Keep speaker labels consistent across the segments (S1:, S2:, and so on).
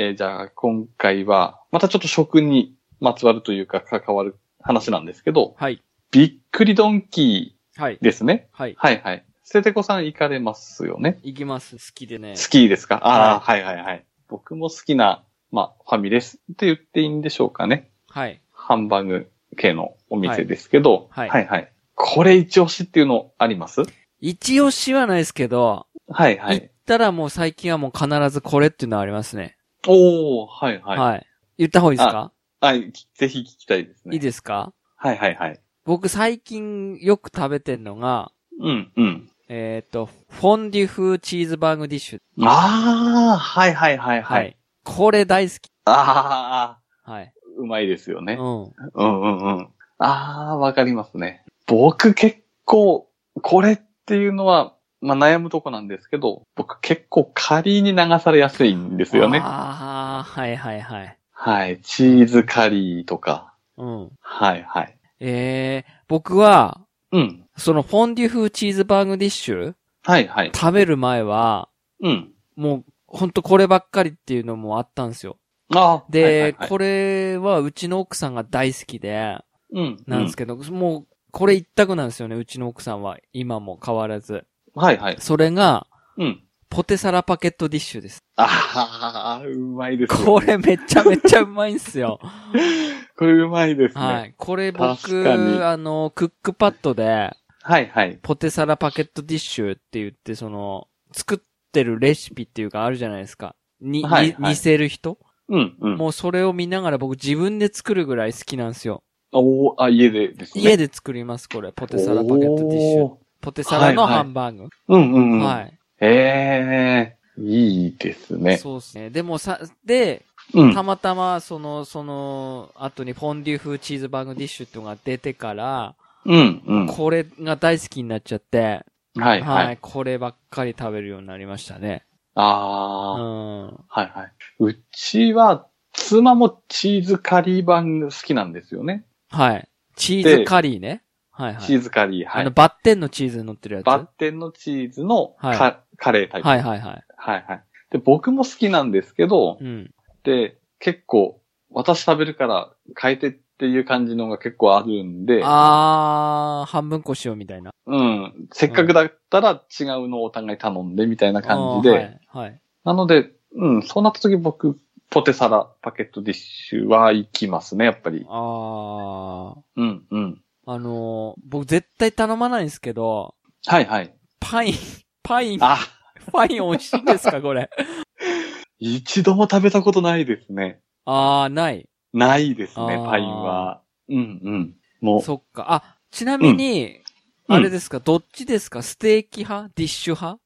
S1: えーじゃあ今回は、またちょっと食にまつわるというか関わる話なんですけど、
S2: はい。
S1: びっくりドンキ
S2: は
S1: ー。
S2: い
S1: ですね。
S2: はい。
S1: はいはい。ステテコさん行かれますよね。
S2: 行きます。好きでね。
S1: 好きですかああ、はい、はいはいはい僕も好きな、まあ、ファミレスって言っていいんでしょうかね。
S2: はい。
S1: ハンバーグ系のお店ですけど、
S2: はいは
S1: はい、はい。これ一押しっていうのあります
S2: 一押しはないですけど、
S1: はいは
S2: 行っ
S1: い。
S2: たらもう最近はもう必ずこれっていうのはありますね。
S1: おー、はい
S2: はい。
S1: はい。
S2: 言った方がいいですか
S1: はい、きぜひ聞きたいですね。
S2: いいですか
S1: はいはいはい。
S2: 僕最近よく食べてんのが、
S1: うん、うん。
S2: えっ、と、フォンデュ風チーズバーグディッシュ。
S1: ああ、はいはいはいはい。
S2: これ大好き。
S1: ああ、
S2: はい。
S1: うまいですよ
S2: う
S1: ね。
S2: ん。
S1: うんうんうん。ああ、わかりますね。僕結構、これっていうのは、まあ悩むとこなんですけど、僕結構カリーに流されやすいんですよね。
S2: ああ、はいはいはい。
S1: はい。チーズカリーとか。
S2: うん。
S1: はいはい。
S2: えー、僕は、
S1: うん。
S2: そのフォンデュ風チーズバーグディッシュ
S1: はいはい。
S2: 食べる前は、
S1: うん。
S2: もう、ほんとこればっかりっていうのもあったんですよ。
S1: ああ。
S2: で、
S1: はいはいはい、
S2: これはうちの奥さんが大好きで、
S1: うん。
S2: なんです
S1: か、
S2: けど、もう、これ一択なんですよね、うちの奥さんは。今も変わらず。
S1: はいはい。
S2: それが、
S1: うん。
S2: ポテサラパケットディッシュ です。
S1: ああ、うまいですよ。
S2: これめちゃめちゃうまいん すよ。
S1: これうまいですね。は、
S2: はいい。これ
S1: 確かに
S2: 僕、あの、クックパッドで、
S1: はい、はい。
S2: ポテサラパケットディッシュって言って、その、作ってるレシピっていうかあるじゃないですか。に、
S1: はいはい
S2: に似せる人、
S1: うん、うん。
S2: もうそれを見ながら僕自分で作るぐらい好きなんですよ。
S1: おーあ、家でですね。
S2: 家
S1: で
S2: で作ります、これ。ポテサラパケットディッシュ。。ポテサラの
S1: はいはい
S2: ハンバーグ。
S1: うん、うん、
S2: は
S1: う
S2: い、
S1: ん。ええいいですね。
S2: そうですね。でもさ、で、
S1: うん。
S2: たまたま、その、その、後にフォンデュ風チーズバーグディッシュっていうのが出てから、
S1: うん、うん。
S2: これが大好きになっちゃって、
S1: はい、
S2: はい、
S1: はい。
S2: こればっかり食べるようになりましたね。う
S1: ああ、
S2: ん。
S1: はい、はい。うちは、妻もチーズカリー版好きなんですよね。
S2: はい。チーズカリーね。はいはい。
S1: チーズカリー、は
S2: あの、
S1: い。
S2: バッテンのチーズ乗ってるやつ。
S1: バッテンのチーズのカ,、
S2: は
S1: カレータイプ。
S2: は
S1: はい、
S2: いはいはい。
S1: はい、で、僕も好きなんですけど、
S2: うん。
S1: で、結構、私食べるから変えてっていう感じのが結構あるんで、
S2: あー、半分こしようみたいな。
S1: うん。せっかくだったら違うのをお互い頼んでみたいな感じで、
S2: あーはい。はい。
S1: なので、うん、そうなった時僕、ポテサラパケットディッシュは行きますね、やっぱり。
S2: あー。
S1: うん、うん。
S2: あのー僕絶対頼まないんですけど、
S1: はい、はい。
S2: パイン、 パイン、
S1: あ、
S2: パイン美味しいんですか、これ。
S1: 一度も食べたことないですね。
S2: あー、ない。
S1: ないですね
S2: あ、ー
S1: パインは。うん、うん。もう、
S2: そっか。あ、ちなみに、
S1: うん
S2: あれですか、どっちですかステーキ派ディッシュ派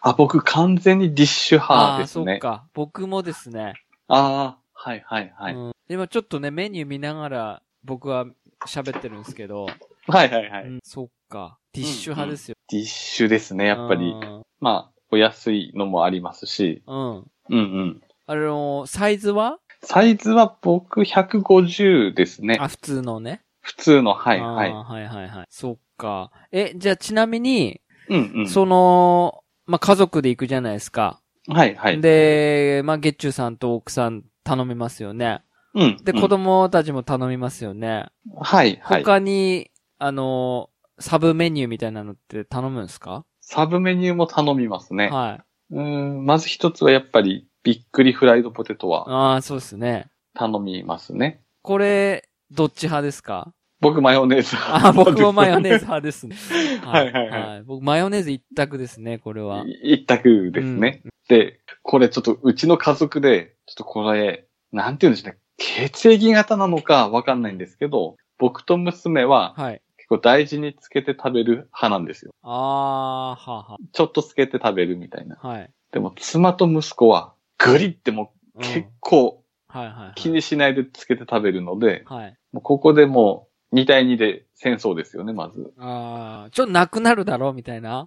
S1: あ、僕完全にディッシュ派
S2: あー
S1: です
S2: そっ
S1: ね。
S2: か。僕もですね。
S1: ああー、はい、はい、はい。
S2: うん、今ちょっとね、メニュー見ながら僕は喋ってるんですけど、
S1: はい、はい、はい。
S2: うんそっか。ディッシュ派ですよ。
S1: ディッシュですね、やっぱり。まあ、お安いのもありますし。
S2: うん。うん。
S1: うん、うん。
S2: あのーサイズは
S1: サイズは僕150ですね。
S2: あ、普通のね。
S1: 普通の、はい、
S2: あー
S1: はい。
S2: はいはいはい。そっか。え、じゃあちなみに、
S1: うん、うん。
S2: その、まあ、家族で行くじゃないですか。
S1: はい、はい。
S2: で、まあ、月中さんと奥さん頼みますよね。
S1: うん。
S2: で、
S1: うん
S2: 子供たちも頼みますよね。
S1: はい、はい。
S2: 他に、あのーサブメニューみたいなのって頼むんですか、
S1: サブメニューも頼みますね。
S2: はい。
S1: うーん、まず一つはやっぱり、びっくりフライドポテトは
S2: ああ、そうですね。
S1: 頼みますね。
S2: これ、どっち派で すか
S1: 僕マヨネーズ派
S2: あ、僕もマヨネーズ
S1: ズ。
S2: 派で すね。
S1: はいはいはい
S2: い。僕、マヨネーズ一択ですね、これは。
S1: 一択ですね、で、これちょっとうちの家族で、ちょっとこれ、なんて言うんでしょうね。血液型なのかわかんないんですけど、僕と娘は
S2: はい。
S1: 結構大事につけて食べる派なんですよ。
S2: ああ、は
S1: ちょっとつけて食べるみたいな。
S2: は。はい。
S1: でも妻と息子は、グリっても
S2: う
S1: うん結構
S2: はいはいはい。
S1: 気にしないでつけて食べるので、
S2: はい。
S1: もうここでもう2対2で戦争ですよね、まず。
S2: ああ、ちょっとなくなるだろうみたい
S1: は
S2: な。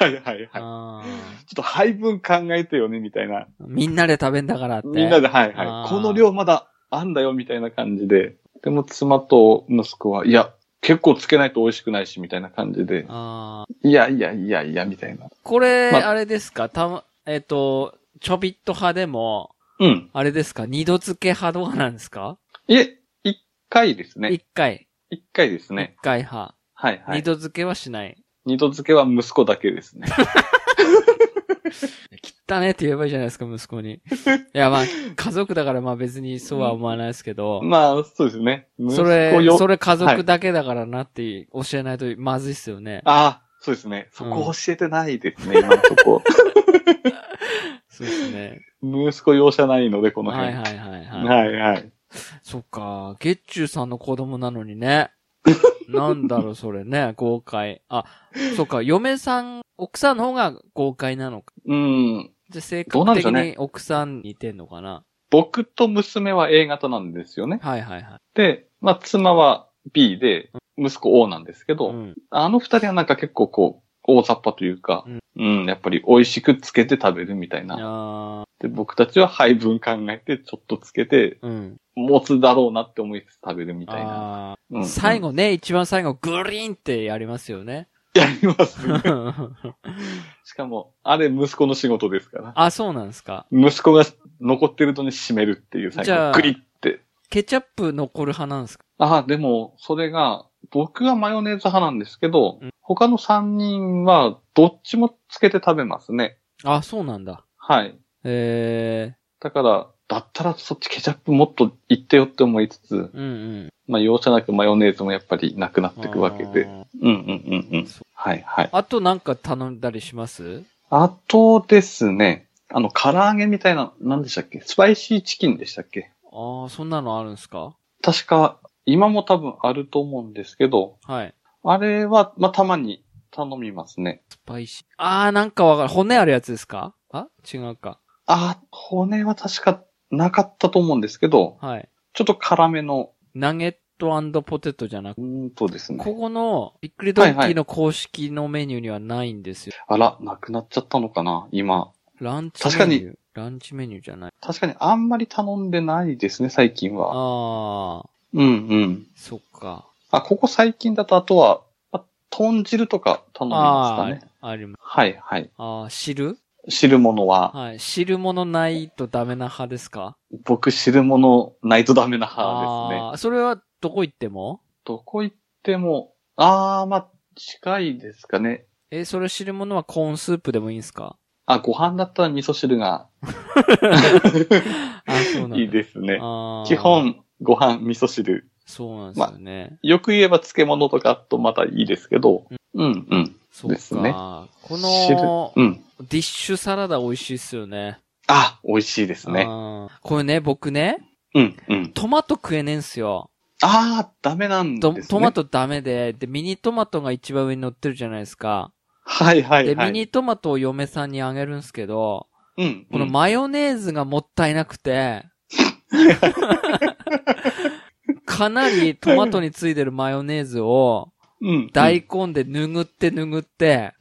S1: いはいはい。
S2: あー
S1: ちょっと配分考えてよね、みたいな。
S2: みんなで食べんだからって。
S1: みんなで、はい
S2: あ
S1: は
S2: ー
S1: い。この量まだあんだよ、みたいな感じで。でも妻と息子は、いや、結構つけないと美味しくないし、みたいな感じで。
S2: ああ。
S1: いやいやいやいや、みたいな。
S2: これ、
S1: まあ
S2: あれですかたま、えっ、と、ちょびっと派でも、
S1: うん。
S2: あれですか二度付け派とかなんですか
S1: いえ、一回です
S2: 一、
S1: ね。
S2: 回。
S1: 一回です
S2: 一、
S1: ね。
S2: 回派。
S1: はいは
S2: 二
S1: い。
S2: 度付けはしない。
S1: 二度付けは息子だけですね。
S2: だねって言えばいいじゃないですか、息子に。いや、まあ、家族だからまあ別にそうは思わないですけど、
S1: まあ、そうですね。息
S2: そ
S1: 子
S2: れ、
S1: よ
S2: それ家族だけだからなって教えないとまずいっすよね。
S1: ああ、そうですね。そこ教えてないですね、今のとこ。
S2: そうですね。
S1: 息子容赦ないので、この
S2: はい
S1: 辺。
S2: はいはいはい。
S1: はいはい。
S2: そっか、月中さんの子供なのに ね。なんだろ、うそれね、豪快。あ、そっか、嫁さん、奥さんの方が豪快なのか。
S1: うん。
S2: じゃあ、性
S1: どう
S2: 格
S1: なんでし
S2: 的
S1: ょうね
S2: に奥さんに似てんのかな。
S1: 僕と娘は A 型なんですよね。
S2: はいはいはい。
S1: で、まあ、妻は B で、息子 O なんですけど、
S2: うん。
S1: あの二人はなんか結構こう、大雑把というか、
S2: う
S1: うんん、やっぱり美味しくつけて食べるみたいな。
S2: あ
S1: で、僕たちは配分考えて、ちょっとつけて、
S2: ーうん。
S1: 持つだろうなって思いつつ食べるみたいな。
S2: あー
S1: うん
S2: 最。後ね、一番最後、グリーンってやりますよね。
S1: やりますね。しかも、あれ息子の仕事ですから。
S2: あ、そうなんですか。
S1: 息子が残ってるのに締めるっていう最
S2: じゃあ
S1: 後、クリって。
S2: ケチャップ残る派なんですか
S1: ああ、でも、それが、僕はマヨネーズ派なんですけど、
S2: うん
S1: 他の3人は、どっちもつけて食べますね。
S2: あ、そうなんだ。
S1: はい。
S2: え
S1: だから、だったらそっちケチャップもっといってよって思いつつ、
S2: ー、うんうん。
S1: まあ、容赦なくマヨネーズもやっぱりなくなっていくわけ
S2: あ
S1: で。
S2: ー
S1: うんうんうんうん。はいはい。
S2: あとなんか頼んだりします
S1: あとですね、あの、唐揚げみたいな、何でしたっけスパイシーチキンでしたっけ
S2: ああ、そんなのあるんですか
S1: 確か、今も多分あると思うんですけど、
S2: はい。
S1: あれは、まあ、たまに頼みますね。
S2: スパイシー。ああ、なんかわかる。骨あるやつですかあ違うか。
S1: あ、骨は確かなかったと思うんですけど、
S2: はい。
S1: ちょっと辛めの、
S2: ナゲットポテトじゃなく
S1: うーんとですね。
S2: ここの、びっくりドンキーの公式のメニューにはないんですよ。
S1: あら、なくなっちゃったのかな、今。
S2: ランチメニュー。
S1: 確か
S2: ランチメニューじゃない。
S1: 確かにあんまり頼んでないですね、最近は。
S2: ああ、
S1: うんうん。
S2: そっか。
S1: あ、ここ最近だとあとは、あ豚汁とか頼みますか
S2: あ
S1: ね。
S2: あ、あります。
S1: はいはい。
S2: ああ、汁
S1: 汁物は、
S2: はい。汁物ないとダメな派ですか
S1: 僕汁物ないとダメな派ですね。
S2: あーそれはどこ行っても
S1: どこ行っても、あー、まあ、近いですかね。
S2: え、それ汁物はコーンスープでもいいんすか
S1: あ、ご飯だったら味噌汁が
S2: あそうなんだ。
S1: いいですね。
S2: あー
S1: 基。本、ご飯、味噌汁。
S2: そうなんですよね。
S1: よく言えば漬物とかとまたいいですけど。うん、うん、
S2: そう
S1: ですね
S2: か。この、
S1: うん。
S2: ディッシュサラダ美味しいっすよね。
S1: あ、美味しいですね。
S2: あーこれね、僕ね、
S1: うん、うん。
S2: トマト食えねえんすよ。
S1: あー、ダメなんですね。
S2: とトマ。トダメで、で、ミニトマトが一番上に乗ってるじゃないですか。
S1: はい、はい、
S2: で、
S1: はい。
S2: ミニトマトを嫁さんにあげるんすけど、
S1: うん。
S2: この
S1: うん
S2: マヨネーズがもったいなくて、 かなりトマトについてるマヨネーズを
S1: うん。
S2: 大根で拭って拭って、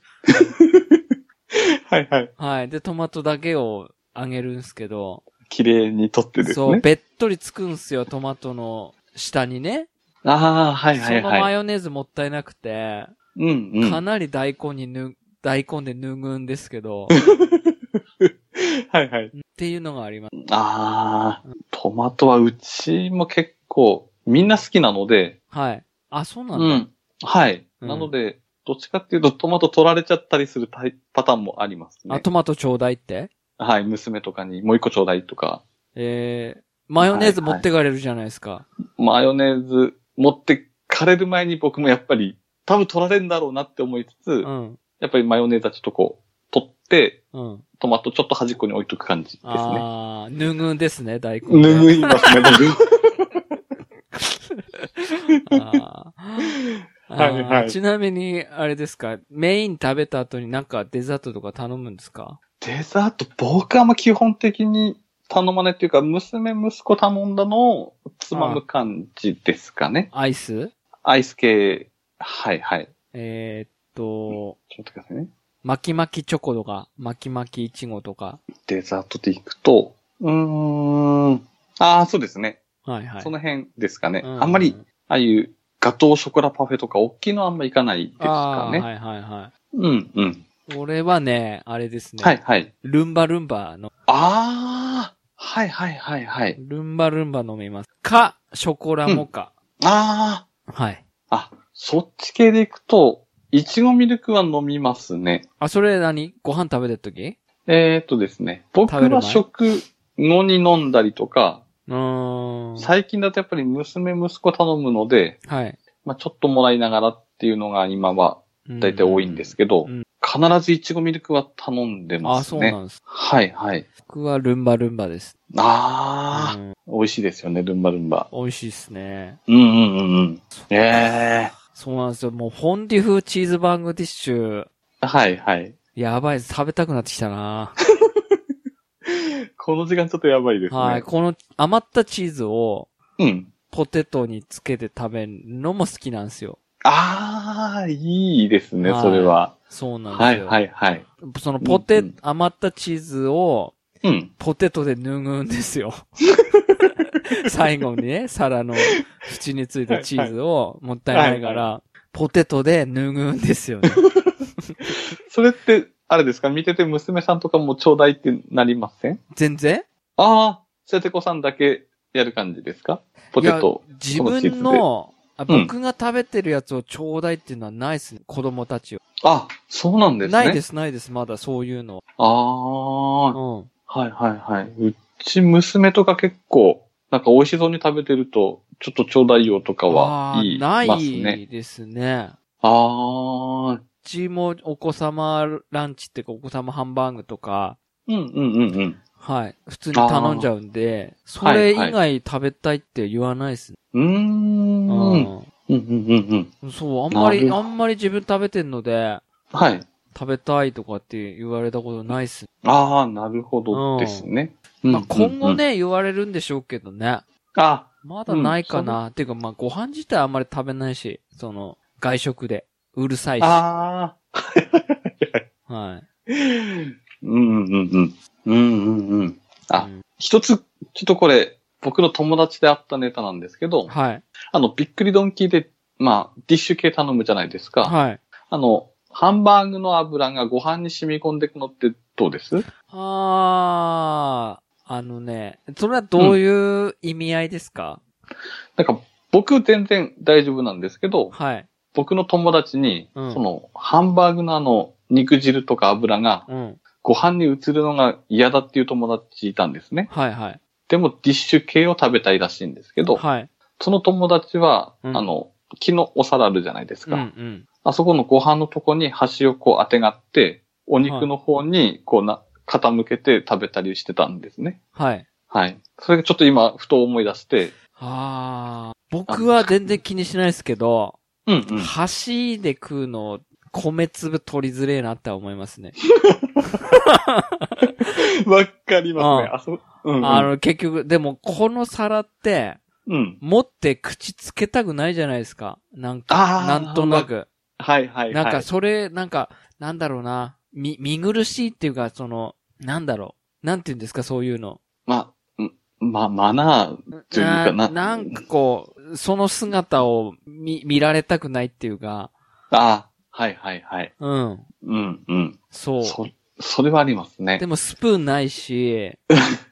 S1: はい、はい。
S2: はい。で、トマトだけをあげるんすけど、
S1: 綺麗に取ってです
S2: そう、
S1: ね。
S2: べっとりつくんすよ、トマトの下にね。
S1: あー、はい、はい、
S2: そのマ
S1: はい。
S2: ヨネーズもったいなくて、
S1: うん、うん。
S2: か
S1: はい、
S2: なり大根にぬ、大根で脱ぐんですけ ど、
S1: はい。
S2: っていうのがあります。
S1: あー、トマトはうちも結構、みんな好きなので、
S2: はい。あ、そうなんだ。
S1: うん。はい。
S2: うん
S1: なので、どっちかっていうとトマト取られちゃったりするタイパターンもあります
S2: あ、
S1: ね。
S2: トマトちょうだいって
S1: はい。娘とかにもう一個ちょうだいとか、
S2: えー、マヨネーズ持ってかれるじゃないですか。
S1: マヨネーズ持ってかれる前に僕もやっぱり、多分取られるんだろうなって思いつつ、
S2: うん。
S1: やっぱりマヨネーズはちょっとこう、取って、
S2: うん。
S1: トマトちょっと端っこに置いとく感じですね。
S2: あー、脱ぐんですね、大根ね。
S1: ぬぐいますね、僕
S2: あーあー
S1: はいはい
S2: ちなみに、あれですか、メイン食べた後になんかデザートとか頼むんですか
S1: デザート、僕はあんま基本的に頼まないっていうか、娘、息子頼んだのをつまむ感じですかね。
S2: アイス
S1: アイス系、はいはい。
S2: えー、っと、
S1: ちょっと待ってくださいね。
S2: 巻き巻きチョコとか、巻き巻きイチゴとか。
S1: デザートでいくと、うーん。ああ、そうですね。
S2: はいはい。
S1: その辺ですかね。
S2: う
S1: あんまり、ああいうガトーショコラパフェとか大きいのはあんまいかないです
S2: あ
S1: かね。
S2: ーはいはいは
S1: うんうん。
S2: い。俺はね、あれですね。
S1: はいはい。
S2: ルンバルンバの。
S1: ああ、はいはいはいはい。
S2: ルンバルンバ飲みます。か、ショコラモカ。
S1: あ
S2: はい。
S1: あ、あ、そっち系でいくと、いちごミルクは飲みますね。
S2: あ、それ何ご飯食べてるとき
S1: えー、っとですね。僕
S2: 食べる
S1: は
S2: 前
S1: 食後に飲んだりとか、
S2: うーん。
S1: 最近だとやっぱり娘息子頼むので、
S2: はい。
S1: まあちょっともらいながらっていうのが今は大体多いんですけど、
S2: うんうん
S1: 必ずいちごミルクは頼んで
S2: どあ、
S1: ます
S2: そう
S1: ね。
S2: なんです。
S1: はいはい。
S2: 僕はルンバルンバです。
S1: ああ、
S2: うん
S1: 美味しいですよね、ルンバルンバ。
S2: 美味しいっすね。
S1: うんうんうんうん。ええ
S2: そうなんですよ。もう、フォンデュ風チーズバングティッシュ。
S1: はいはい。
S2: やばい、食べたくなってき たな、
S1: この時間ちょっとやばいですね。
S2: はい。この余ったチーズを
S1: うん。
S2: ポテトにつけて食べるのも好きなんですよ。
S1: ああ、いいですね、
S2: はい
S1: それは。
S2: そうなん
S1: は
S2: です
S1: い
S2: よ。
S1: はいはい。
S2: そのポテ、
S1: うんうん
S2: 余ったチーズを
S1: うん。
S2: ポテトで脱ぐんで すよ。最後にね、皿の縁についたチーズをもったいないから、ポテトで脱ぐんで すよね。
S1: それって、あれですか見てて娘さんとかもちょうだいってなりません
S2: 全然
S1: ああ、それてこさんだけやる感じですかポテト。
S2: いや自分の、あ僕が食べてるやつをちょうだいっていうのはないですね。子供たちは。
S1: あ、そうなんですね。。
S2: ないですす、ないです。まだそういうの
S1: あ
S2: は。
S1: あ、
S2: うん。
S1: はいはいはい。うち娘とか結構、なんか美味しそうに食べてると、ちょっとちょうだいよとかは
S2: あー
S1: 言いま
S2: な
S1: すね。
S2: いですね。
S1: ああ、
S2: うちもお子様ランチっていうかお子様ハンバーグとか、
S1: うんうんうんうん。
S2: はい。普通に頼んじゃうんで、それ以外食べたいって言わないですね。
S1: うーん。うんうんうんうん。
S2: うん。そう、あんまり、
S1: なる
S2: あんまり自分食べてんので、
S1: はい。
S2: 食べたいとかって言われたことないっすね。
S1: ああ、なるほどですね。
S2: まあ今後
S1: ね。
S2: ね、言われるんでしょうけどね。
S1: あ、
S2: まだないかな。っていうかまあご飯自体あんまり食べないし、その、外食で。うるさいし。は
S1: ああ。
S2: い。
S1: うんうんうん。うんうんうん。あ
S2: うん
S1: 一つ、ちょっとこれ、僕の友達であったネタなんですけど、
S2: はい。
S1: あの、びっくりドンキーで、まあ、ディッシュ系頼むじゃないですか。
S2: はい。
S1: あの、ハンバーグの油がご飯に染み込んでくのってどうです
S2: あー、あのね、それはどういう意味合いですか、
S1: なんか、僕全然大丈夫なんですけど、
S2: はい。
S1: 僕の友達に、
S2: うん
S1: その、ハンバーグのあの、肉汁とか油が
S2: うん。
S1: ご飯に移るのが嫌だっていう友達いたんですね。
S2: はいはい。
S1: でもディッシュ系を食べたいらしいんですけど、
S2: はい。
S1: その友達は、
S2: うん
S1: あの、木のお皿あるじゃないです
S2: うん
S1: か。
S2: うん。
S1: あそこのご飯のとこに端をこう当てがって、お肉の方にこうな、傾けて食べたりしてたんですね。
S2: はい。
S1: はい。それがちょっと今、ふと思い出して、
S2: あー、僕は全然気にしないですけど、
S1: うんうん。
S2: 箸で食うの、米粒取りづれえなって思いますね。
S1: わかりますね。
S2: う
S1: あ
S2: ん
S1: そ、うん、うん。
S2: あの、結局、でも、この皿って、
S1: うん。
S2: 持って口つけたくないじゃないですか。なん
S1: あ
S2: か、
S1: ー
S2: なんとなく。
S1: はいはいはい。
S2: なんか、それ、なんか、なんだろうな。み、見苦しいっていうか、その、なんだろう。なんて言うんですか、そういうの。
S1: まあ、うんまあ、マナーというかな。
S2: なんかこう、その姿を見、見られたくないっていうか、
S1: ああ、はいはいはい。
S2: うん。
S1: うんうん。
S2: そう。
S1: そ、それはありますね
S2: で。もスプーンないし、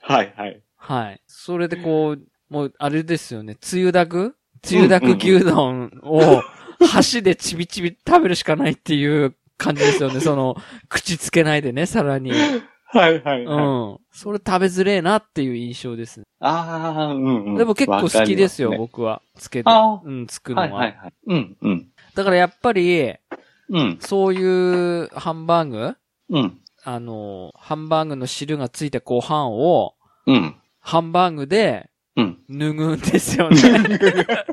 S1: はいはい。
S2: はい。それでこう、もう、あれですよね、つゆだくつゆだく牛丼を、箸でちびちび食べるしかないっていう感じですよね、その、口つけないでね、さらに。
S1: はい はい、
S2: う
S1: はい。
S2: ん。それ食べづれえなっていう印象ですね。
S1: ああ、うんうん。
S2: でも結構好きですよ、
S1: わか
S2: 僕は。つけて。
S1: あ
S2: うん、つく
S1: り
S2: の
S1: ま
S2: は。
S1: すねはいはいはい。うんうん。
S2: だからやっぱり、
S1: うん
S2: そういうハンバーグ
S1: うん。
S2: あの、ハンバーグの汁がついたご飯を、
S1: うん。
S2: ハンバーグで
S1: うん。
S2: 脱ぐんですよね。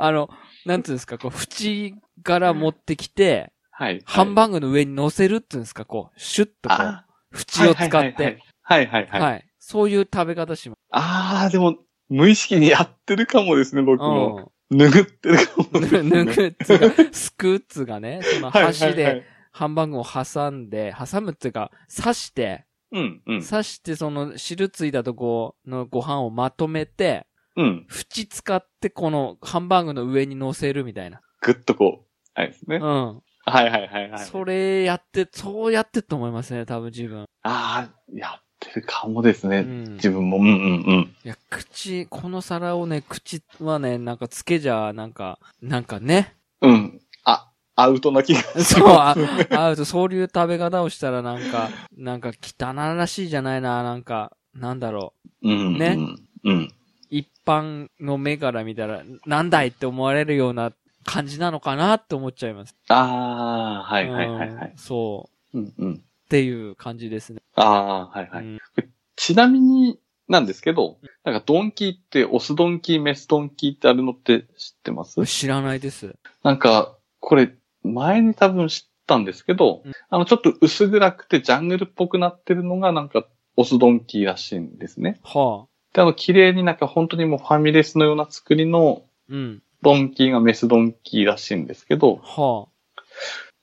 S2: あの、なんていうんですか、こう、縁から持ってきて、
S1: はいはい。
S2: ハンバーグの上に乗せるっていうんですか、こう、シュッとこう、
S1: あ
S2: 縁を
S1: は
S2: 使っ
S1: いはい
S2: て。
S1: はいはい。はいはいはい。
S2: はい。そういう食べ方しま
S1: ああ、でも、無意識にやってるかもですね、僕
S2: す。
S1: も。
S2: う
S1: ぬぐってるかも
S2: ん。
S1: ですね。
S2: 脱ぐっつ うか、すくうっつうかね、その
S1: はいはいはい
S2: 箸で。ハンバーグを挟んで、挟むっていうか、刺して、
S1: うんうん。
S2: 刺してその汁ついたとこのご飯をまとめて、
S1: うん。
S2: 縁使ってこのハンバーグの上に乗せるみた いな。
S1: ぐっとこう。あれです
S2: う
S1: ね。
S2: ん。
S1: はいはいはいはい。
S2: それやって、そうやってって思いますね、多分自分。
S1: ああ、やっってるかもですね。
S2: うん
S1: 自分も、うんうんうん。
S2: いや、口、この皿をね、口はね、なんかつけじゃ、なんか、なんかね。
S1: うん。あ、アウトな気が。
S2: そう、あ、あと、そういう食べ方をしたらなんか、なんか汚らしいじゃないな、なんか、なんだろう。
S1: うん。
S2: ね
S1: うん。うん。
S2: 一般の目から見たら、なんだいって思われるような感じなのかなって思っちゃいます。
S1: ああ、はいはいはいは
S2: う
S1: い
S2: ん。そう。
S1: うんうん。
S2: っていう感じですね。
S1: ああ、はいはい。
S2: うん
S1: ちなみになんですけど、なんかドンキーってオスドンキー、メスドンキーってあるのって知ってます
S2: 知らないです。
S1: なんか、これ、前に多分知ったんですけど、
S2: うん
S1: あの、ちょっと薄暗くてジャングルっぽくなってるのが、なんか、オスドンキーらしいんですね。
S2: はあ。
S1: で、あの、綺麗になんか本当にもうファミレスのような作りの
S2: うん。
S1: ドンキーがメスドンキーらしいんですけど、
S2: はあ。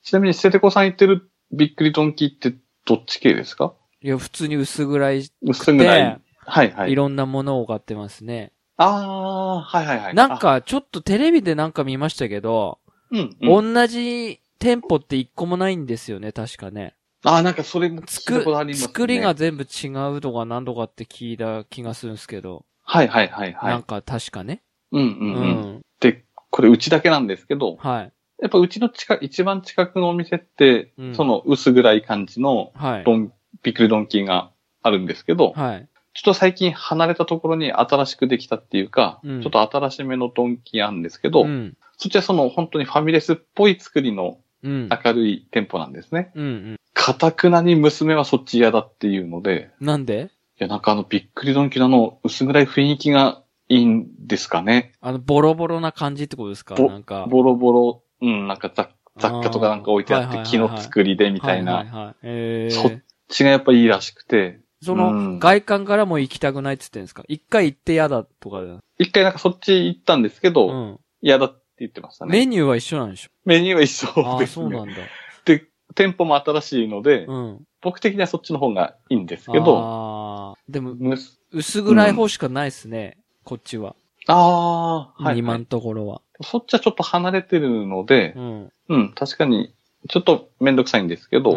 S1: ちなみにセテコさん言ってるびっくりドンキーってどっち系ですか
S2: いや、普通に薄暗い
S1: 薄
S2: で、
S1: 暗い。はいはいい。
S2: ろんなものを買ってますね。
S1: ああー、はいはいはい。
S2: なんか、ちょっとテレビでなんか見ましたけど、
S1: うん、うん。
S2: 同じ店舗って一個もないんですよね、確かね。
S1: ああ、なんかそれも聞い
S2: 作
S1: たことありますね。
S2: 作りが。全部違うとか何とかって聞いた気がするんですけど、
S1: はいはいはいは
S2: なん
S1: い。
S2: か確かね。
S1: うんう
S2: うんん。
S1: うん。で、これうちだけなんですけど、
S2: はい。
S1: やっぱうちの近、一番近くのお店って、
S2: うん
S1: その薄暗い感じの
S2: はい。
S1: ドン、ビックリドンキーがあるんですけど、
S2: はい。
S1: ちょっと最近離れたところに新しくできたっていうか、
S2: うん
S1: ちょっと新しめのドンキーあるんですけど、
S2: うん。
S1: そっちはその本当にファミレスっぽい作りの
S2: うん。
S1: 明るい店舗なんですね。
S2: うん。うん。
S1: かたくなに娘はそっち嫌だっていうので、
S2: なんで
S1: いやなんかあのびっくりドンキーのあの薄暗い雰囲気がいいんですかね。
S2: あの、ボロボロな感じってことですか
S1: ぼ
S2: なんか。
S1: ボロボロ、うん、なんか雑雑貨とかなんか置いてあって
S2: あー
S1: 木の作りでみたい
S2: は。
S1: ない
S2: はいはい。え
S1: そ
S2: ー
S1: っ、血がやっぱいいらしくて、
S2: そうの、
S1: ん
S2: 外観からも行きたくないって言ってんですか一回行って嫌だとかだ。
S1: 一回なんかそっち行ったんですけど、
S2: うん。
S1: 嫌だって言ってましたね。
S2: メニューは一緒なんでしょ
S1: メニューは一緒
S2: ああ、
S1: です
S2: そう
S1: ね。
S2: なんだ。
S1: で、店舗も新しいので、
S2: うん。
S1: 僕的にはそっちの方がいいんですけど、
S2: ああ、でも、
S1: むす
S2: 薄暗い方しかないですね、こっちは。
S1: ああ、はい、
S2: 今のところは。
S1: そっちはちょっと離れてるので
S2: う、ん。
S1: うん、確かに、ちょっとめんどくさいんですけど、
S2: う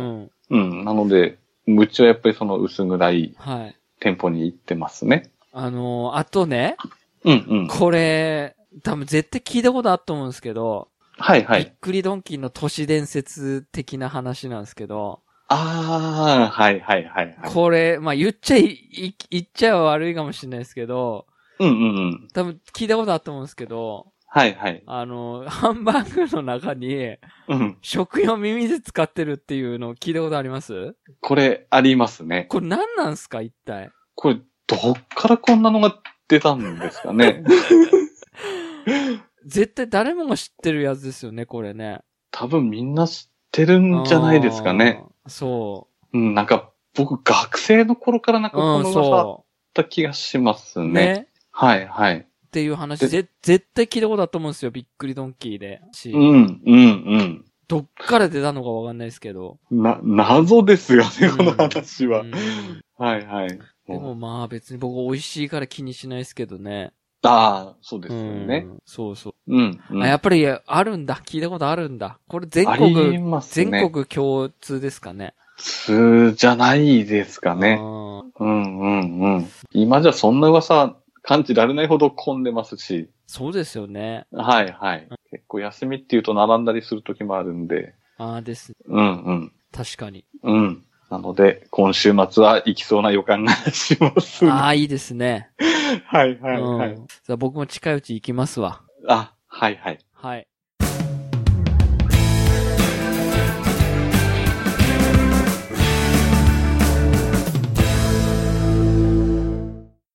S1: うん、
S2: ん。
S1: なので、うちはやっぱりその薄暗い
S2: はい。
S1: 店舗に行ってますね。
S2: あのーあとね、
S1: うんうん。
S2: これ、多分絶対聞いたことあったと思うんですけど、
S1: はいは
S2: びっ
S1: い。
S2: くりドンキーの都市伝説的な話なんですけど、
S1: ああ、はいはいはいはい。
S2: これ、まあ、言っちゃい、い言っちゃ悪いかもしれないですけど、
S1: うんうんうん。
S2: 多分聞いたことあったと思うんですけど、
S1: はいはい。
S2: あのーハンバーグの中に、
S1: うん。
S2: 食用ミミズ使ってるっていうのを聞いたことあります
S1: これ、ありますね。
S2: これ何なんすか一体。
S1: これ、どっからこんなのが出たんですか ね。
S2: 絶対誰もが知ってるやつですよね、これね。
S1: 多分みんな知ってるんじゃないですかね。
S2: あー。そ
S1: うん、なんか、僕、学生の頃からなんか
S2: う。
S1: この
S2: うん、
S1: 噂あっ
S2: そ
S1: た気がします
S2: う。
S1: ね。
S2: ね。
S1: はい、はい。
S2: っていう話、
S1: で
S2: ぜ、絶対聞いたことあったと思うんですよ。びっくりドンキーで。し
S1: うん、うん、
S2: どっから出たのかわかんないですけど。
S1: うん。な、謎ですよね、この話は。
S2: うん
S1: はい、はい。
S2: でもまあ別に僕美味しいから気にしないですけどね。
S1: ああ、そうですよね
S2: う。んそうそう。
S1: うん。うん
S2: あやっぱりあるんだ。聞いたことあるんだ。これ全
S1: あ
S2: 国、
S1: ります
S2: 全
S1: ね。
S2: 国共通ですかね。
S1: 普通じゃないですかね。
S2: うん
S1: うんうんうん。今じゃそんな噂感じられないほど混んでますし。
S2: そうですよね。
S1: はいはい。結構休みっていうと並んだりする時もあるんで。
S2: ああです。
S1: うんうん。
S2: 確かに。
S1: うん。なので、今週末は行きそうな予感がしますね。
S2: ああ、いいですね。
S1: はいはいは
S2: う
S1: い
S2: ん。。さあ僕も近いうち行きますわ。
S1: あ、はいはい。
S2: はい。